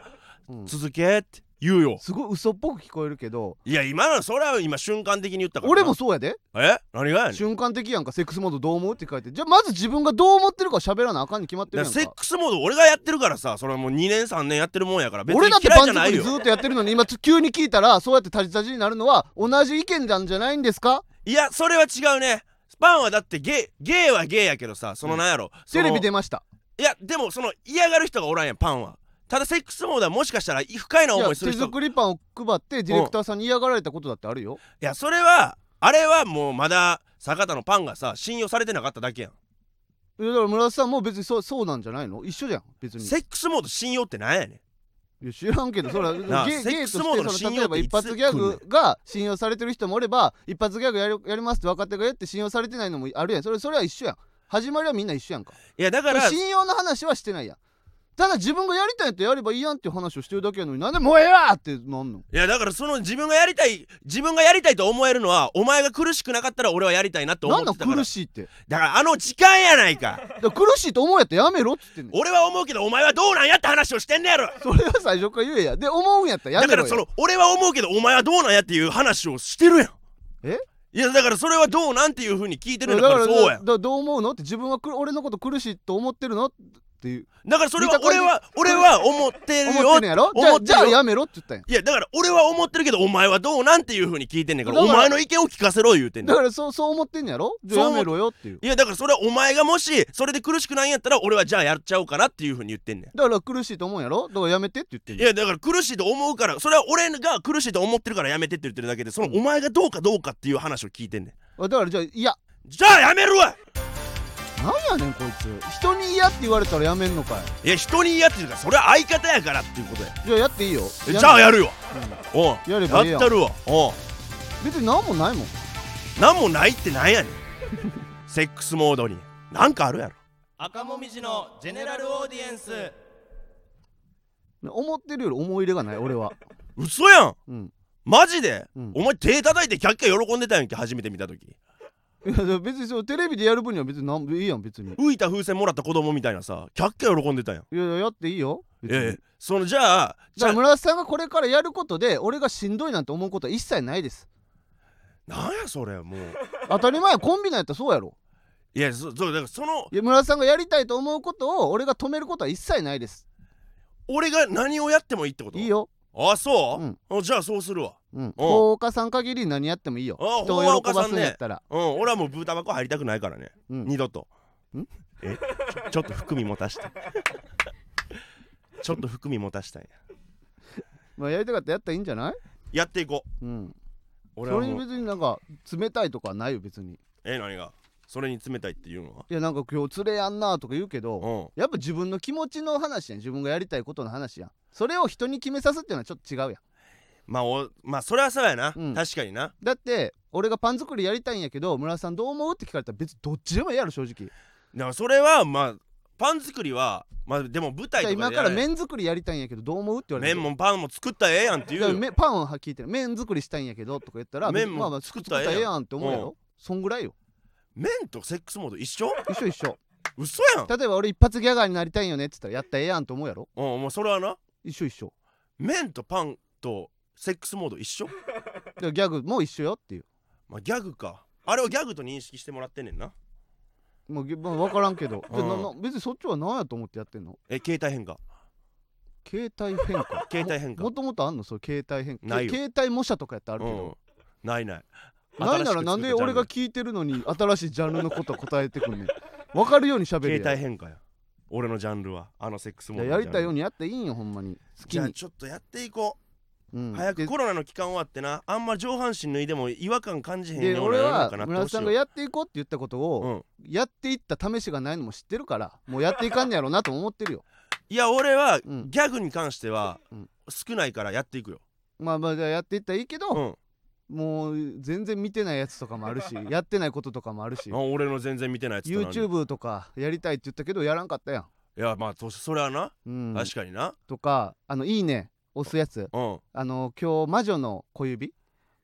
Speaker 1: うん
Speaker 2: 続けって言うよ
Speaker 1: すごい嘘っぽく聞こえるけど
Speaker 2: いや今のそれは今瞬間的に言ったからな
Speaker 1: 俺もそうやで
Speaker 2: え何がやねん
Speaker 1: 瞬間的やんかセックスモードどう思うって書いてじゃあまず自分がどう思ってるか喋らなあかんに決まってる
Speaker 2: だ
Speaker 1: や
Speaker 2: から
Speaker 1: ん
Speaker 2: セッ
Speaker 1: か
Speaker 2: クスモード俺がやってるからさそれはもう2年3年やってるもんやから別に
Speaker 1: 俺だって
Speaker 2: 嫌い
Speaker 1: パン
Speaker 2: じゃな
Speaker 1: 作
Speaker 2: い
Speaker 1: り
Speaker 2: よ
Speaker 1: ずっとやってるのに今急に聞いたらそうやってタジタジになるのは同じ意見なんじゃないんですか
Speaker 2: いやそれは違うねパンはだってゲイゲイはゲイやけどさそのなんやろ、そ
Speaker 1: テ
Speaker 2: の
Speaker 1: レビ出ました
Speaker 2: いやでもその嫌がる人がおらんやんパンはただセックスモードはもしかしたら不快ない思
Speaker 1: や
Speaker 2: いする
Speaker 1: 手
Speaker 2: 人いや
Speaker 1: 作りパンを配ってディレクターさんに嫌がられたことだってあるよ
Speaker 2: それはあれはもうまだ坂田のパンがさ信用されてなかっただけやん、
Speaker 1: いやだから村田さんも別にそうそうなんじゃないの一緒じゃん別に
Speaker 2: セックスモード信用ってなんやね
Speaker 1: いや知らんけどそれはゲ
Speaker 2: なあ
Speaker 1: ゲ
Speaker 2: セッ
Speaker 1: 芸
Speaker 2: ク
Speaker 1: と
Speaker 2: ス
Speaker 1: し
Speaker 2: モード
Speaker 1: て
Speaker 2: の
Speaker 1: そ
Speaker 2: 信
Speaker 1: の例え
Speaker 2: 用
Speaker 1: ば
Speaker 2: っていつ
Speaker 1: 一発ギャグが信用されてる人もおれば一発ギャグやるやりますって分かってくれって信用されてないのもあるやんそれそれは一緒やん始まりはみんな一緒やんか
Speaker 2: いやだから
Speaker 1: 信用の話はしてないやんただ自分がやりたいやってやればいいやんっていう話をしてるだけやのになんでもうええわってなんの
Speaker 2: いやだからその自分がやりたい自分がやりたいと思えるのはお前が苦しくなかったら俺はやりたいなと思
Speaker 1: なん
Speaker 2: っ
Speaker 1: の
Speaker 2: てたから
Speaker 1: 苦しいって
Speaker 2: だからあの時間やないか
Speaker 1: だから苦しいと思うやったらやめろっつ ってんの
Speaker 2: 俺は思うけどお前はどうなんやって話をしてんねやろ
Speaker 1: それは最初から言えやで思うんやったらや
Speaker 2: だ
Speaker 1: め
Speaker 2: か
Speaker 1: ろ
Speaker 2: らそ
Speaker 1: や
Speaker 2: の俺は思うけどお前はどうなんやっていう話をしてるやん
Speaker 1: え
Speaker 2: いやだからそれはどうなんっていうふうに聞いてるん
Speaker 1: だ
Speaker 2: だ
Speaker 1: か
Speaker 2: か
Speaker 1: ら
Speaker 2: らそうやん
Speaker 1: だどう思うのって自分はく俺のこと苦しいと思ってるのっていう
Speaker 2: だからそれ
Speaker 1: 見
Speaker 2: は
Speaker 1: た感
Speaker 2: 俺
Speaker 1: じ
Speaker 2: は俺は思ってる
Speaker 1: 思
Speaker 2: よ
Speaker 1: ってんのやろじ
Speaker 2: 思
Speaker 1: ゃ
Speaker 2: っ
Speaker 1: あ
Speaker 2: てるよ
Speaker 1: じゃあやめろって言ったんや
Speaker 2: いやだから俺は思ってるけどお前はどうなんっていうふうに聞いてんねんから
Speaker 1: だ
Speaker 2: お
Speaker 1: から
Speaker 2: 前の意見を聞かせろ言うてんね
Speaker 1: だ
Speaker 2: ん
Speaker 1: からそうそう思ってんのやろじゃあや
Speaker 2: そう思
Speaker 1: めろよっていう
Speaker 2: いやだからそれはお前がもしそれで苦しくないんやったら俺はじゃあやっちゃおうかなっていうふうに言ってんねん
Speaker 1: だから苦しいと思うんやろだからやめてって言ってん
Speaker 2: い
Speaker 1: の
Speaker 2: やだから苦しいと思うからそれは俺が苦しいと思ってるからやめてって言ってるだけでそのお前がどうかどうかっていう話を聞いてんねん
Speaker 1: あだからじゃあいや
Speaker 2: じゃあやめるわ
Speaker 1: なんやねんこいつ人に嫌って言われたらやめんのかい
Speaker 2: いや人に言い合ってるからそれは相方やからっていうことや
Speaker 1: じゃあやっていいよ
Speaker 2: えじゃあ
Speaker 1: や
Speaker 2: やるよおう
Speaker 1: やればいい
Speaker 2: や
Speaker 1: や
Speaker 2: っ
Speaker 1: ん
Speaker 2: たるわおう
Speaker 1: 別に何もないもん
Speaker 2: なんもないってなんやねんセックスモードになんかあるやろ
Speaker 3: 赤もみじのジェネラルオーディエンス
Speaker 1: 思ってるより思い入れがない俺は
Speaker 2: 嘘やん
Speaker 1: うん
Speaker 2: マジで、
Speaker 1: うん
Speaker 2: お前手叩いてキャッキャ喜んでたやんけ初めて見た時
Speaker 1: いやだから別にそうテレビでやる分には別になんいいやん別に
Speaker 2: 浮いた風船もらった子供みたいなさキャッキャ喜んでたやん
Speaker 1: いやいややっていいよ別に
Speaker 2: ええそのじゃあじ
Speaker 1: じ
Speaker 2: ゃ
Speaker 1: ゃ
Speaker 2: あ
Speaker 1: あ村瀬さんがこれからやることで俺がしんどいなんて思うことは一切ないです
Speaker 2: なんやそれもう
Speaker 1: 当たり前やコンビなんやったらそうやろ
Speaker 2: いやそそうだからその
Speaker 1: いや村瀬さんがやりたいと思うことを俺が止めることは一切ないです
Speaker 2: 俺が何をやってもいいってこと
Speaker 1: いいよ
Speaker 2: あそう
Speaker 1: うん、
Speaker 2: あじゃあそうするわ
Speaker 1: うん大岡さん限り何やってもいいよ
Speaker 2: あ
Speaker 1: 人
Speaker 2: ほんま
Speaker 1: を
Speaker 2: 岡
Speaker 1: 喜
Speaker 2: さ
Speaker 1: ば
Speaker 2: ん
Speaker 1: す
Speaker 2: ね
Speaker 1: んやったら
Speaker 2: うん俺はもうブータバコ入りたくないからね、
Speaker 1: うん
Speaker 2: 二度と
Speaker 1: ん
Speaker 2: え ちょちょっと含み持たしたいちょっと含み持たしたい
Speaker 1: まあやりたかったらやったらいいんじゃない
Speaker 2: やっていこう
Speaker 1: うん
Speaker 2: 俺
Speaker 1: そ
Speaker 2: は
Speaker 1: れ
Speaker 2: も
Speaker 1: に
Speaker 2: う
Speaker 1: 別になんか冷たいとかはないよ別に
Speaker 2: え何がそれに冷たいっていうのはい
Speaker 1: やなんか今日連れやんなとか言うけど
Speaker 2: う
Speaker 1: やっぱ自分の気持ちの話やん自分がやりたいことの話やんそれを人に決めさすっていうのはちょっと違うやん
Speaker 2: んまあおまあそれはそうやな、
Speaker 1: うん
Speaker 2: 確かにな
Speaker 1: だって俺がパン作りやりたいんやけど村田さんどう思うって聞かれたら別にどっちでもええやろ正直じ
Speaker 2: だからそれはまあパン作りはまあでも舞台
Speaker 1: ゃあ
Speaker 2: とかで
Speaker 1: 今
Speaker 2: やれ
Speaker 1: から麺作りやりたいんやけどどう思うって言われて
Speaker 2: 麺もパンも作ったらええやんって
Speaker 1: い
Speaker 2: 言う
Speaker 1: や
Speaker 2: よ
Speaker 1: めパンは聞いてる麺作りしたいんやけどとか言ったら
Speaker 2: 麺も
Speaker 1: まあまあ作
Speaker 2: 作っ
Speaker 1: ったた
Speaker 2: ら
Speaker 1: ら
Speaker 2: え
Speaker 1: え
Speaker 2: え
Speaker 1: え
Speaker 2: や
Speaker 1: やんって思うやろそんぐらいよ
Speaker 2: 麺とセックスモード一緒
Speaker 1: 一緒一緒
Speaker 2: 嘘やん
Speaker 1: 例えば俺一発ギャガーになりたいんよねって言ったらやったらええやんって思うやろ
Speaker 2: うんもうそれはな
Speaker 1: 一緒一緒
Speaker 2: 麺とパンとセックスモード一緒
Speaker 1: だからギャグも一緒よっていう
Speaker 2: まあギャグかあれをギャグと認識してもらってんねんな
Speaker 1: もうぎまあ分からんけどじゃあな
Speaker 2: う
Speaker 1: な別にそっちは何やと思ってやってんの
Speaker 2: え携帯変化
Speaker 1: 携帯変化
Speaker 2: 携帯変化
Speaker 1: ももともとあんのそう携帯変化
Speaker 2: ないよ
Speaker 1: 携帯模写とかやったらあるけど、
Speaker 2: うんないない
Speaker 1: ないならなんで俺が
Speaker 2: 新し
Speaker 1: 聞いてるのに新しいジャンルのこと答えてくんねん分かるように
Speaker 2: く作
Speaker 1: 喋
Speaker 2: った
Speaker 1: る
Speaker 2: ジャンル 携帯
Speaker 1: や
Speaker 2: 変化や俺のジャンルはあのセックスモー
Speaker 1: ん
Speaker 2: ド
Speaker 1: いややりたいよう
Speaker 2: に
Speaker 1: にやっていいんよほんまに好き
Speaker 2: じゃあ
Speaker 1: に、
Speaker 2: ちょっとやっていこ
Speaker 1: うん
Speaker 2: う、早く
Speaker 1: で
Speaker 2: コロナの期間終わってなあんま上半身脱いでも違和感感じへんよう
Speaker 1: で
Speaker 2: な
Speaker 1: 俺
Speaker 2: 世の
Speaker 1: は
Speaker 2: 中にな
Speaker 1: 村
Speaker 2: っ
Speaker 1: 田
Speaker 2: て
Speaker 1: さん
Speaker 2: ほ
Speaker 1: が
Speaker 2: しいよ
Speaker 1: やっていこうって言ったこと
Speaker 2: う
Speaker 1: を
Speaker 2: ん、
Speaker 1: やっていった試しがないのも知ってるからもうやっていかんねやろうなとも思ってるよ
Speaker 2: いや俺は、
Speaker 1: うん
Speaker 2: ギャグに関しては、
Speaker 1: うん
Speaker 2: 少ないからやっていくよ、
Speaker 1: まあまあじゃあやっていったらいいけ
Speaker 2: う
Speaker 1: ど、
Speaker 2: ん、
Speaker 1: もう全然見てないやつとかもあるしやってないこととかもあるし
Speaker 2: あ俺の全然見てないやつとなんで
Speaker 1: YouTube とかやりたいって言ったけどやらんかったや
Speaker 2: いやまあそそれはな、
Speaker 1: ん、うん、
Speaker 2: 確かにな
Speaker 1: とかあのいいね押すやつ
Speaker 2: うん
Speaker 1: あの今日魔女の小指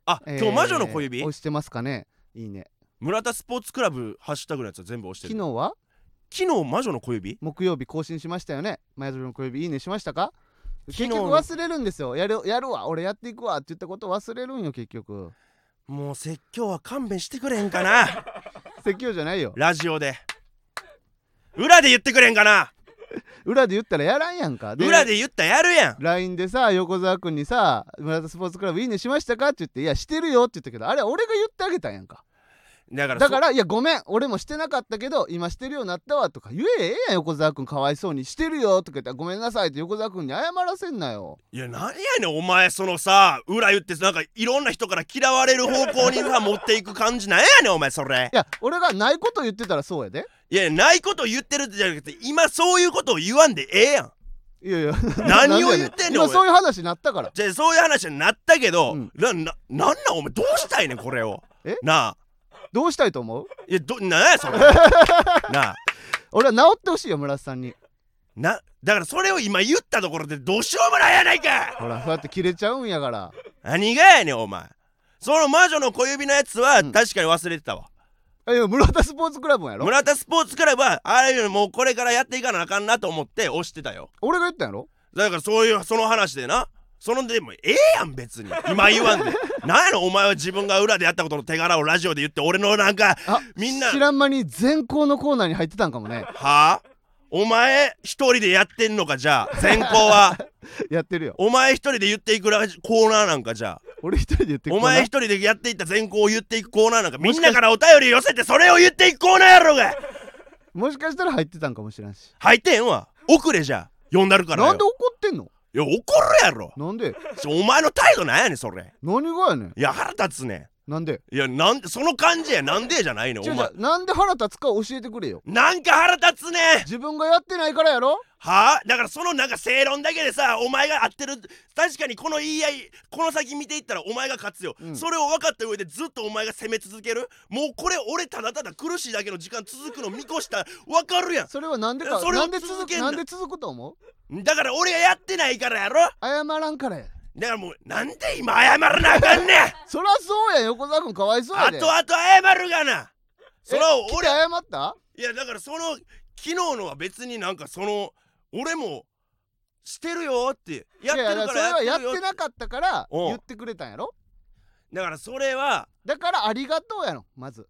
Speaker 2: あ、今日魔女の小指、
Speaker 1: えー押してますかねいいね
Speaker 2: 村田スポーツクラブハッシュタグのやつは全部押して
Speaker 1: 昨
Speaker 2: る
Speaker 1: 日は
Speaker 2: 昨日魔女の小指
Speaker 1: 木曜日更新しましたよね前女の小指いいねしましたか
Speaker 2: 昨日
Speaker 1: 結局忘れるんですよやるやるわ俺やっていくわって言ったこと忘れるんよ結局
Speaker 2: もう説教は勘弁してくれへんかな
Speaker 1: 説教じゃないよ
Speaker 2: ラジオで裏で言ってくれへんかな
Speaker 1: 裏で言ったらやらんやんか
Speaker 2: 裏で言ったらやるやん
Speaker 1: LINE でさ横澤君にさ「村田スポーツクラブいいねしましたか?」って言って「いやしてるよ」って言ったけどあれは俺が言ってあげたんやんか
Speaker 2: だから
Speaker 1: だからら「いやごめん俺もしてなかったけど今してるようになったわ」とか言ええやん横澤君かわいそうに「してるよ」とか言ったら「ごめんなさい」って横澤君に謝らせんなよ
Speaker 2: いやなんやねんお前そのさ裏言ってなんかいろんな人から嫌われる方向に さ持っていく感じなんやねんお前それ
Speaker 1: いや俺がないこと言ってたらそうやで
Speaker 2: いやないこと言ってるってじゃなくて今そういうことを言わんでええやん
Speaker 1: いやいや
Speaker 2: 何を言ってんねん
Speaker 1: 今
Speaker 2: おい
Speaker 1: そういう話になったから
Speaker 2: じゃあそういう話になったけど、
Speaker 1: うん
Speaker 2: なななんなんお前どうしたいねんこれを
Speaker 1: え
Speaker 2: なあ
Speaker 1: どうしたいと思う
Speaker 2: いやどなんや それなあ
Speaker 1: 俺は治ってほしいよ村瀬さんに
Speaker 2: なだからそれを今言ったところでどうしようもないやないか
Speaker 1: ほらそうやって切れちゃうんやから
Speaker 2: 何がやねんお前その魔女の小指のやつは
Speaker 1: うん
Speaker 2: 確かに忘れてたわ、
Speaker 1: あいや室田スポーツクラブやろ
Speaker 2: 村田スポーツクラブはああいうのもうこれからやっていかなあかんなと思って押してたよ
Speaker 1: 俺が言ったんやろ
Speaker 2: だからそういうその話でなそのでもええやん別に今 言わんでなんやろお前は自分が裏でやったことの手柄をラジオで言って俺のなんか
Speaker 1: あ
Speaker 2: みんな
Speaker 1: 知らん間に全校のコーナーに入ってたんかもね
Speaker 2: はあお前一人でやってんのかじゃあ先行は
Speaker 1: やってるよ
Speaker 2: お前一人で言っていくラジコーナーなんかじゃあ
Speaker 1: 俺一人で言って
Speaker 2: お前一
Speaker 1: 一
Speaker 2: 人でやっていった全校を言っていくコーナーなんかみんなからお便り寄せてそれを言っていくコーナーやろうが
Speaker 1: もしかしたら入ってたんかもしれんし
Speaker 2: 入ってへんわ遅れじゃ呼んだるからよ
Speaker 1: なんで怒ってんの
Speaker 2: いや怒るやろ
Speaker 1: なんで
Speaker 2: ちょお前の態度なんやねんそれ
Speaker 1: 何がやねん
Speaker 2: いや腹立つね
Speaker 1: なんで
Speaker 2: んいやなんでその感じやなんでじゃないねん
Speaker 1: 違
Speaker 2: お
Speaker 1: う
Speaker 2: 前
Speaker 1: 違うなんで腹立つか教えてくれよ
Speaker 2: なんか腹立つねん
Speaker 1: 自分がやってないからやろ
Speaker 2: はあだからそのなんか正論だけでさお前が合ってる確かにこの言い合いこの先見ていったらお前が勝つよ、
Speaker 1: うん
Speaker 2: それを分かった上でずっとお前が攻め続けるもうこれ俺ただただ苦しいだけの時間続くの見越した分かるや
Speaker 1: それはなんでか
Speaker 2: それを
Speaker 1: なんで続
Speaker 2: 続け
Speaker 1: く
Speaker 2: んな
Speaker 1: なんで続くと思うん
Speaker 2: だから俺がやってないからやろ
Speaker 1: 謝らんからや
Speaker 2: だからもうなんで今謝らなあかんねん
Speaker 1: そらそうや横澤君かわいそうや
Speaker 2: あ
Speaker 1: で
Speaker 2: とあと謝るがなそら
Speaker 1: え来て
Speaker 2: 俺
Speaker 1: 謝った
Speaker 2: いやだからその昨日のは別になんかその俺もしてるよってやって
Speaker 1: いやい
Speaker 2: る
Speaker 1: や
Speaker 2: か
Speaker 1: それ
Speaker 2: ら
Speaker 1: はや
Speaker 2: やっ
Speaker 1: って
Speaker 2: るよ
Speaker 1: てなかったから
Speaker 2: うん
Speaker 1: 言ってくれたんやろ
Speaker 2: だからそれは
Speaker 1: だからありがとうやろまず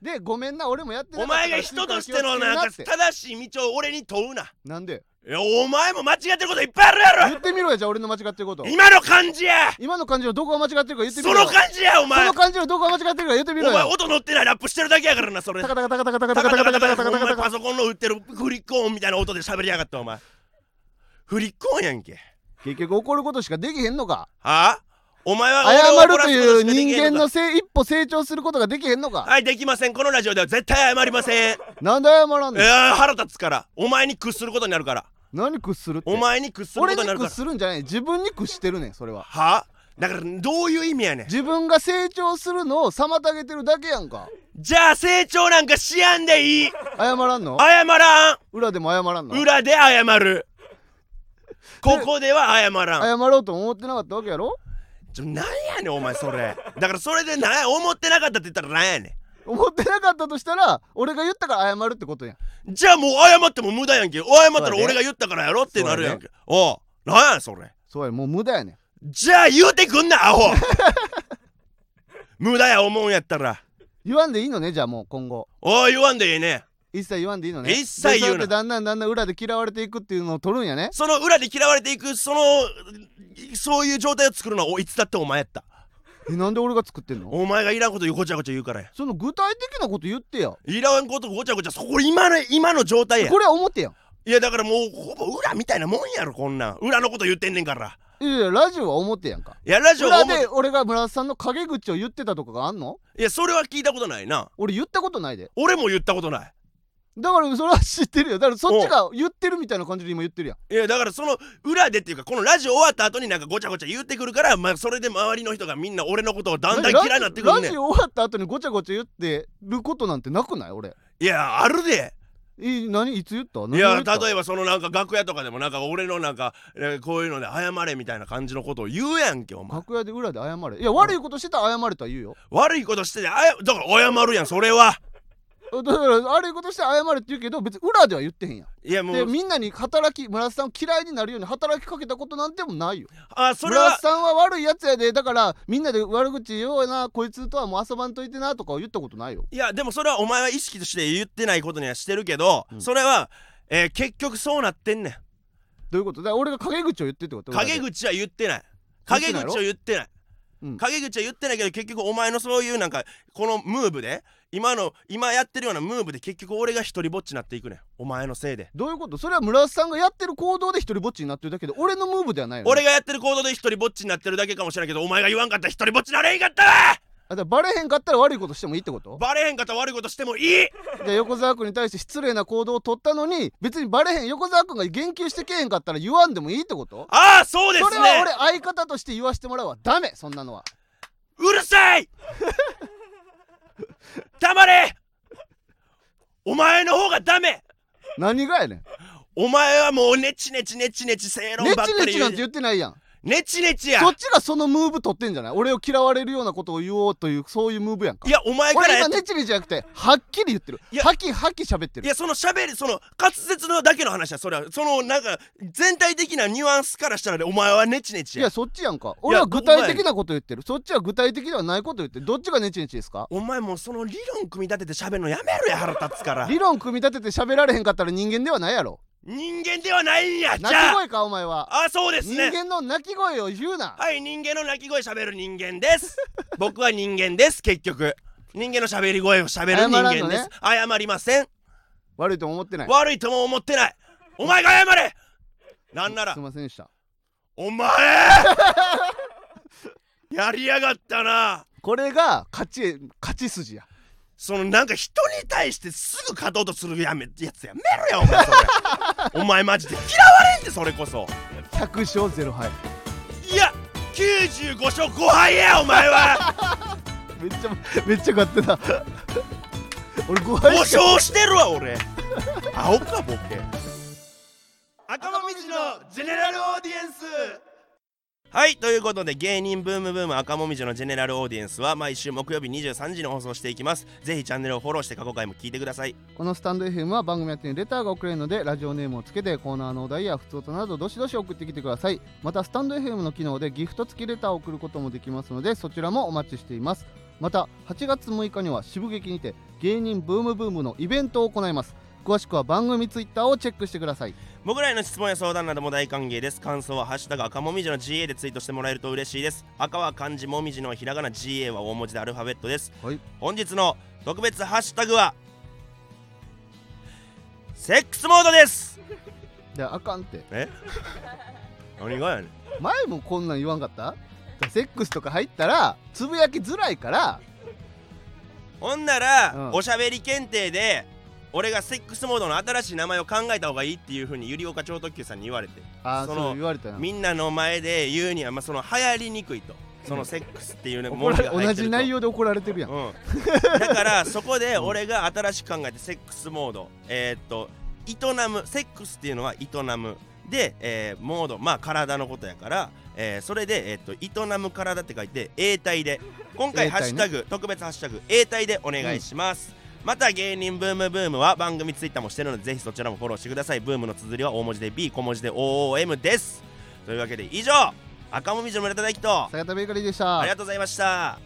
Speaker 1: でごめんな俺もやってなか
Speaker 2: お
Speaker 1: ったから
Speaker 2: 前が人としての
Speaker 1: 次から
Speaker 2: なん
Speaker 1: 気を
Speaker 2: か
Speaker 1: つける
Speaker 2: 正しい道を俺に問うな。
Speaker 1: ってなんで
Speaker 2: いやお前も間違ってることいっぱいあるや
Speaker 1: 言ってみろよじゃあ俺の間違ってること
Speaker 2: ろ今の感じや
Speaker 1: 今の感じのどこが間違ってるか言ってみ
Speaker 2: そ
Speaker 1: ろよ
Speaker 2: の感じやお
Speaker 1: そ
Speaker 2: 前
Speaker 1: の
Speaker 2: お
Speaker 1: 感じのどこが間違ってるか言ってみろ
Speaker 2: 前
Speaker 1: よ
Speaker 2: 音乗ってないラップしてるだけやからなそれ
Speaker 1: タ
Speaker 2: タ
Speaker 1: カ
Speaker 2: カ
Speaker 1: タカタカタカタ
Speaker 2: タ
Speaker 1: カタカ
Speaker 2: カ
Speaker 1: タカタ
Speaker 2: タ
Speaker 1: カ
Speaker 2: カ
Speaker 1: タカタ
Speaker 2: お前
Speaker 1: カ
Speaker 2: パソコンの売ってるフリッコーンみたいな音で喋りやがったお前フリッコーンやんけ
Speaker 1: 結局怒ることしかできへんのか
Speaker 2: はあお前は
Speaker 1: 謝ると
Speaker 2: 俺を
Speaker 1: いう
Speaker 2: 怒らすことしかで
Speaker 1: 人
Speaker 2: きへ
Speaker 1: 間
Speaker 2: ん
Speaker 1: の
Speaker 2: か
Speaker 1: せい一歩成長することができへんのか
Speaker 2: はいできませんこのラジオでは絶対謝りませんい
Speaker 1: なんで謝らんの
Speaker 2: やー腹立つからお前に屈することになるから
Speaker 1: 何屈するって
Speaker 2: お前に屈するこ
Speaker 1: 俺
Speaker 2: と
Speaker 1: に
Speaker 2: になるか
Speaker 1: 屈す
Speaker 2: ら
Speaker 1: るんじゃない自分に屈してるねんそれは
Speaker 2: はあだからどういう意味やねん
Speaker 1: 自分が成長するのを妨げてるだけやんか
Speaker 2: じゃあ成長なんかしやんでいい
Speaker 1: 謝らんの
Speaker 2: 謝らん
Speaker 1: 裏でも謝らんの
Speaker 2: 裏で謝るここでは謝らん
Speaker 1: 謝ろうとも思ってなかったわけやろ
Speaker 2: ちょなんやねんお前それだからそれでなんや思ってなかったって言ったらなんやね
Speaker 1: 思ってなかったとしたら俺が言ったから謝るってことやん
Speaker 2: んじゃあもう謝っても無駄やんけ謝っ
Speaker 1: そ
Speaker 2: た
Speaker 1: う
Speaker 2: ら
Speaker 1: やね
Speaker 2: 俺が言ったからやろってなるやんけおうなんやねんそれ
Speaker 1: そうやもう無駄やねん
Speaker 2: じゃあ言うてくんなアホ無駄や思うんやったら
Speaker 1: 言わんでいいのねじゃあもう今後
Speaker 2: おう言わんでええねん
Speaker 1: 一切言わんでいいのね
Speaker 2: 一
Speaker 1: で
Speaker 2: 切言うな
Speaker 1: そうやってだんだんだんだん裏で嫌われていくっていうのを取るんやね
Speaker 2: その裏で嫌われていくそのそういう状態を作るのはおいつだってお前やった
Speaker 1: えなんで俺が作ってんの
Speaker 2: お前がいらんことごちゃごちゃ言うからや
Speaker 1: その具体的なこと言ってや
Speaker 2: いらんことごちゃごちゃそこ今の今の状態や
Speaker 1: これは表やん
Speaker 2: いやだからもうほぼ裏みたいなもんやろこんなん裏のこと言ってんねんから
Speaker 1: いやいやラジオは表やんか
Speaker 2: いやラジオ
Speaker 1: 裏
Speaker 2: ほんま
Speaker 1: で俺が村田さんの陰口を言ってたとかがあんの
Speaker 2: いやそれは聞いたことないな
Speaker 1: 俺言ったことないで
Speaker 2: 俺も言ったことな
Speaker 1: だからそれは知ってるよだからそっちが言ってるみたいな感じで今言ってるやん
Speaker 2: いいやだからその裏でっていうかこのラジオ終わった後になんかごちゃごちゃ言ってくるから、まあ、それで周りの人がみんな俺のことをだんだん嫌いになってくる
Speaker 1: ラ
Speaker 2: ね
Speaker 1: ジオ終わった後にごちゃごちゃ言ってることなんてなくない俺
Speaker 2: いやあるで
Speaker 1: い何いつ言った何を
Speaker 2: い
Speaker 1: 言
Speaker 2: や
Speaker 1: った
Speaker 2: 例えばそのなんか楽屋とかでもなんか俺のなんか、えーこういうので謝れみたいな感じのことを言うやんけお前
Speaker 1: 楽屋で裏で謝れいや悪いことしてたら謝れとは言うよ
Speaker 2: 悪いことしててあやだから謝るやんそれは
Speaker 1: だから悪いことして謝れって言うけど別に裏では言ってへんやん
Speaker 2: いやも
Speaker 1: で
Speaker 2: う
Speaker 1: みんなに働き村田さんを嫌いになるように働きかけたことなんてもないよ
Speaker 2: あそれ
Speaker 1: 村田
Speaker 2: は
Speaker 1: さんは悪いやつやでだからみんなで悪口言おうなこいつとはもう遊ばんといてなとかは言ったことないよ
Speaker 2: いやでもそれはお前は意識として言ってないことにはしてるけど、
Speaker 1: うん
Speaker 2: それは、えー結局そうなってんね
Speaker 1: どういうことだから俺が陰口を言ってってこと
Speaker 2: ん
Speaker 1: 裏で
Speaker 2: 陰口は言ってない
Speaker 1: 言って
Speaker 2: 陰
Speaker 1: ないの
Speaker 2: 口を言ってない
Speaker 1: うん
Speaker 2: 陰口は言ってないけど結局お前のそういうなんかこのムーブで今の今やってるようなムーブで結局俺が一人ぼっちになっていくねんお前のせいで、
Speaker 1: どういうことそれは村田さんがやってる行動で一人ぼっちになってるだけで俺のムーブではないよね、
Speaker 2: 俺がやってる行動で一人ぼっちになってるだけかもしれないけどお前が言わんかったら一人ぼっちなれへんかったわ
Speaker 1: あだからバレへんかったら悪いことしてもいいってこと
Speaker 2: バレへんかったら悪いことしてもいい
Speaker 1: じゃあ横澤君に対して失礼な行動を取ったのに別にバレへん横澤君が言及してけえへんかったら言わんでもいいってこと
Speaker 2: ああそうです
Speaker 1: そ
Speaker 2: ね
Speaker 1: れは俺相方として言わしてもらうわダメそんなのは
Speaker 2: うるさい 黙れお前の方がダメ
Speaker 1: 何がやねん
Speaker 2: お前はもうネチネチネチネチ正論
Speaker 1: ネ
Speaker 2: ばっ
Speaker 1: チ
Speaker 2: か
Speaker 1: ネ
Speaker 2: り
Speaker 1: チ
Speaker 2: 言
Speaker 1: な
Speaker 2: うん
Speaker 1: て言ってないやん
Speaker 2: ネチネチや
Speaker 1: そっちがそのムーブ取ってんじゃない俺を嫌われるようなことを言おうというそういうムーブやんか
Speaker 2: いやお前から
Speaker 1: 俺
Speaker 2: や
Speaker 1: 今
Speaker 2: っ
Speaker 1: ネチネチじゃなくてはっきり言ってる
Speaker 2: いや
Speaker 1: はきはき喋って
Speaker 2: い
Speaker 1: る
Speaker 2: やその喋りその滑舌のだけの話やそれはそのなんか全体的なニュアンスからしたらねお前はネチネ
Speaker 1: い
Speaker 2: チや
Speaker 1: やそっちやんか俺は具体的なこと言ってるそっちは具体的ではないこと言ってるどっちがネチネチですか
Speaker 2: お前もうその理論組み立てて喋るのやめろや腹立つから
Speaker 1: 理論組み立てて喋られへんかったら人間ではないやろ
Speaker 2: 人間ではないんやじ
Speaker 1: 泣き
Speaker 2: ゃあ
Speaker 1: 声かお前は
Speaker 2: あそうです
Speaker 1: 人
Speaker 2: ね
Speaker 1: 間の泣き声を言うな
Speaker 2: はい人間の鳴き声喋る人間です 僕は人間です結局人間の喋り声を喋る人
Speaker 1: 謝らんの
Speaker 2: 間
Speaker 1: ね
Speaker 2: です謝,、りません
Speaker 1: 悪いとも思ってない
Speaker 2: 悪いとも思ってないお前が謝れなん なら
Speaker 1: すいませんでした
Speaker 2: お前やりやがったな
Speaker 1: これが勝ち勝ち筋や
Speaker 2: そのなんか人に対してすぐ勝とうとするやめやつやめろやお前そ れお前マジで嫌われんってそれこそ
Speaker 1: 100勝0敗
Speaker 2: いや95勝5敗やお前は
Speaker 1: めっちゃめっちゃ勝ってた俺5
Speaker 2: 5
Speaker 1: 敗しか
Speaker 2: 勝してるわ俺青かボケ
Speaker 3: 赤もみじのジェネラルオーディエンス
Speaker 2: はいということで芸人ブームブーム赤もみじのジェネラルオーディエンスは毎週木曜日23時に放送していきますぜひチャンネルをフォローして過去回も聞いてください
Speaker 1: このスタンド FM は番組宛てにレターが送れるのでラジオネームをつけてコーナーのお題や普通となどどしどし送ってきてくださいまたスタンド FM の機能でギフト付きレターを送ることもできますのでそちらもお待ちしていますまた8月6日には渋劇にて芸人ブームブームのイベントを行います詳しくは番組ツイッターをチェックしてください
Speaker 2: 僕らへの質問や相談なども大歓迎です感想は「ハッシュタグ赤もみじの GA」でツイートしてもらえると嬉しいです赤は漢字もみじのひらがな GA は大文字でアルファベットです、
Speaker 1: はい
Speaker 2: 本日の特別ハッシュタグはセックスモードです
Speaker 1: であかんって
Speaker 2: え 何がやねん
Speaker 1: 前もこんなん言わんかったセックスとか入ったらつぶやきづらいから
Speaker 2: ほんなら、
Speaker 1: うん
Speaker 2: おしゃべり検定で俺がセックスモードの新しい名前を考えた方がいいっていうふうにゆりおか超特急さんに言われて
Speaker 1: ああそ
Speaker 2: その
Speaker 1: う言われたな
Speaker 2: みんなの前で言うには、まあ、その流行りにくいとそのセックスっ ていうね
Speaker 1: 怒
Speaker 2: 文
Speaker 1: ら
Speaker 2: 字が入ってると
Speaker 1: 同じ内容で怒られてるやん、
Speaker 2: うん、だからそこで俺が新しく考えてセックスモードえーっと営むセックスっていうのは営むで、えーモードまあ体のことやから、えーそれで、えーっと営む体って書いて永体で今回
Speaker 1: 永
Speaker 2: ハッシ
Speaker 1: 代
Speaker 2: ュ
Speaker 1: ね
Speaker 2: タグ、特別ハッシュタグ永体でお願いします、また芸人ブームブームは番組ツイッターもしてるのでぜひそちらもフォローしてくださいブームの綴りは大文字で B 小文字で OOM ですというわけで以上赤もみじの村田大樹と
Speaker 1: 坂田ベーカリーでした
Speaker 2: ありがとうございました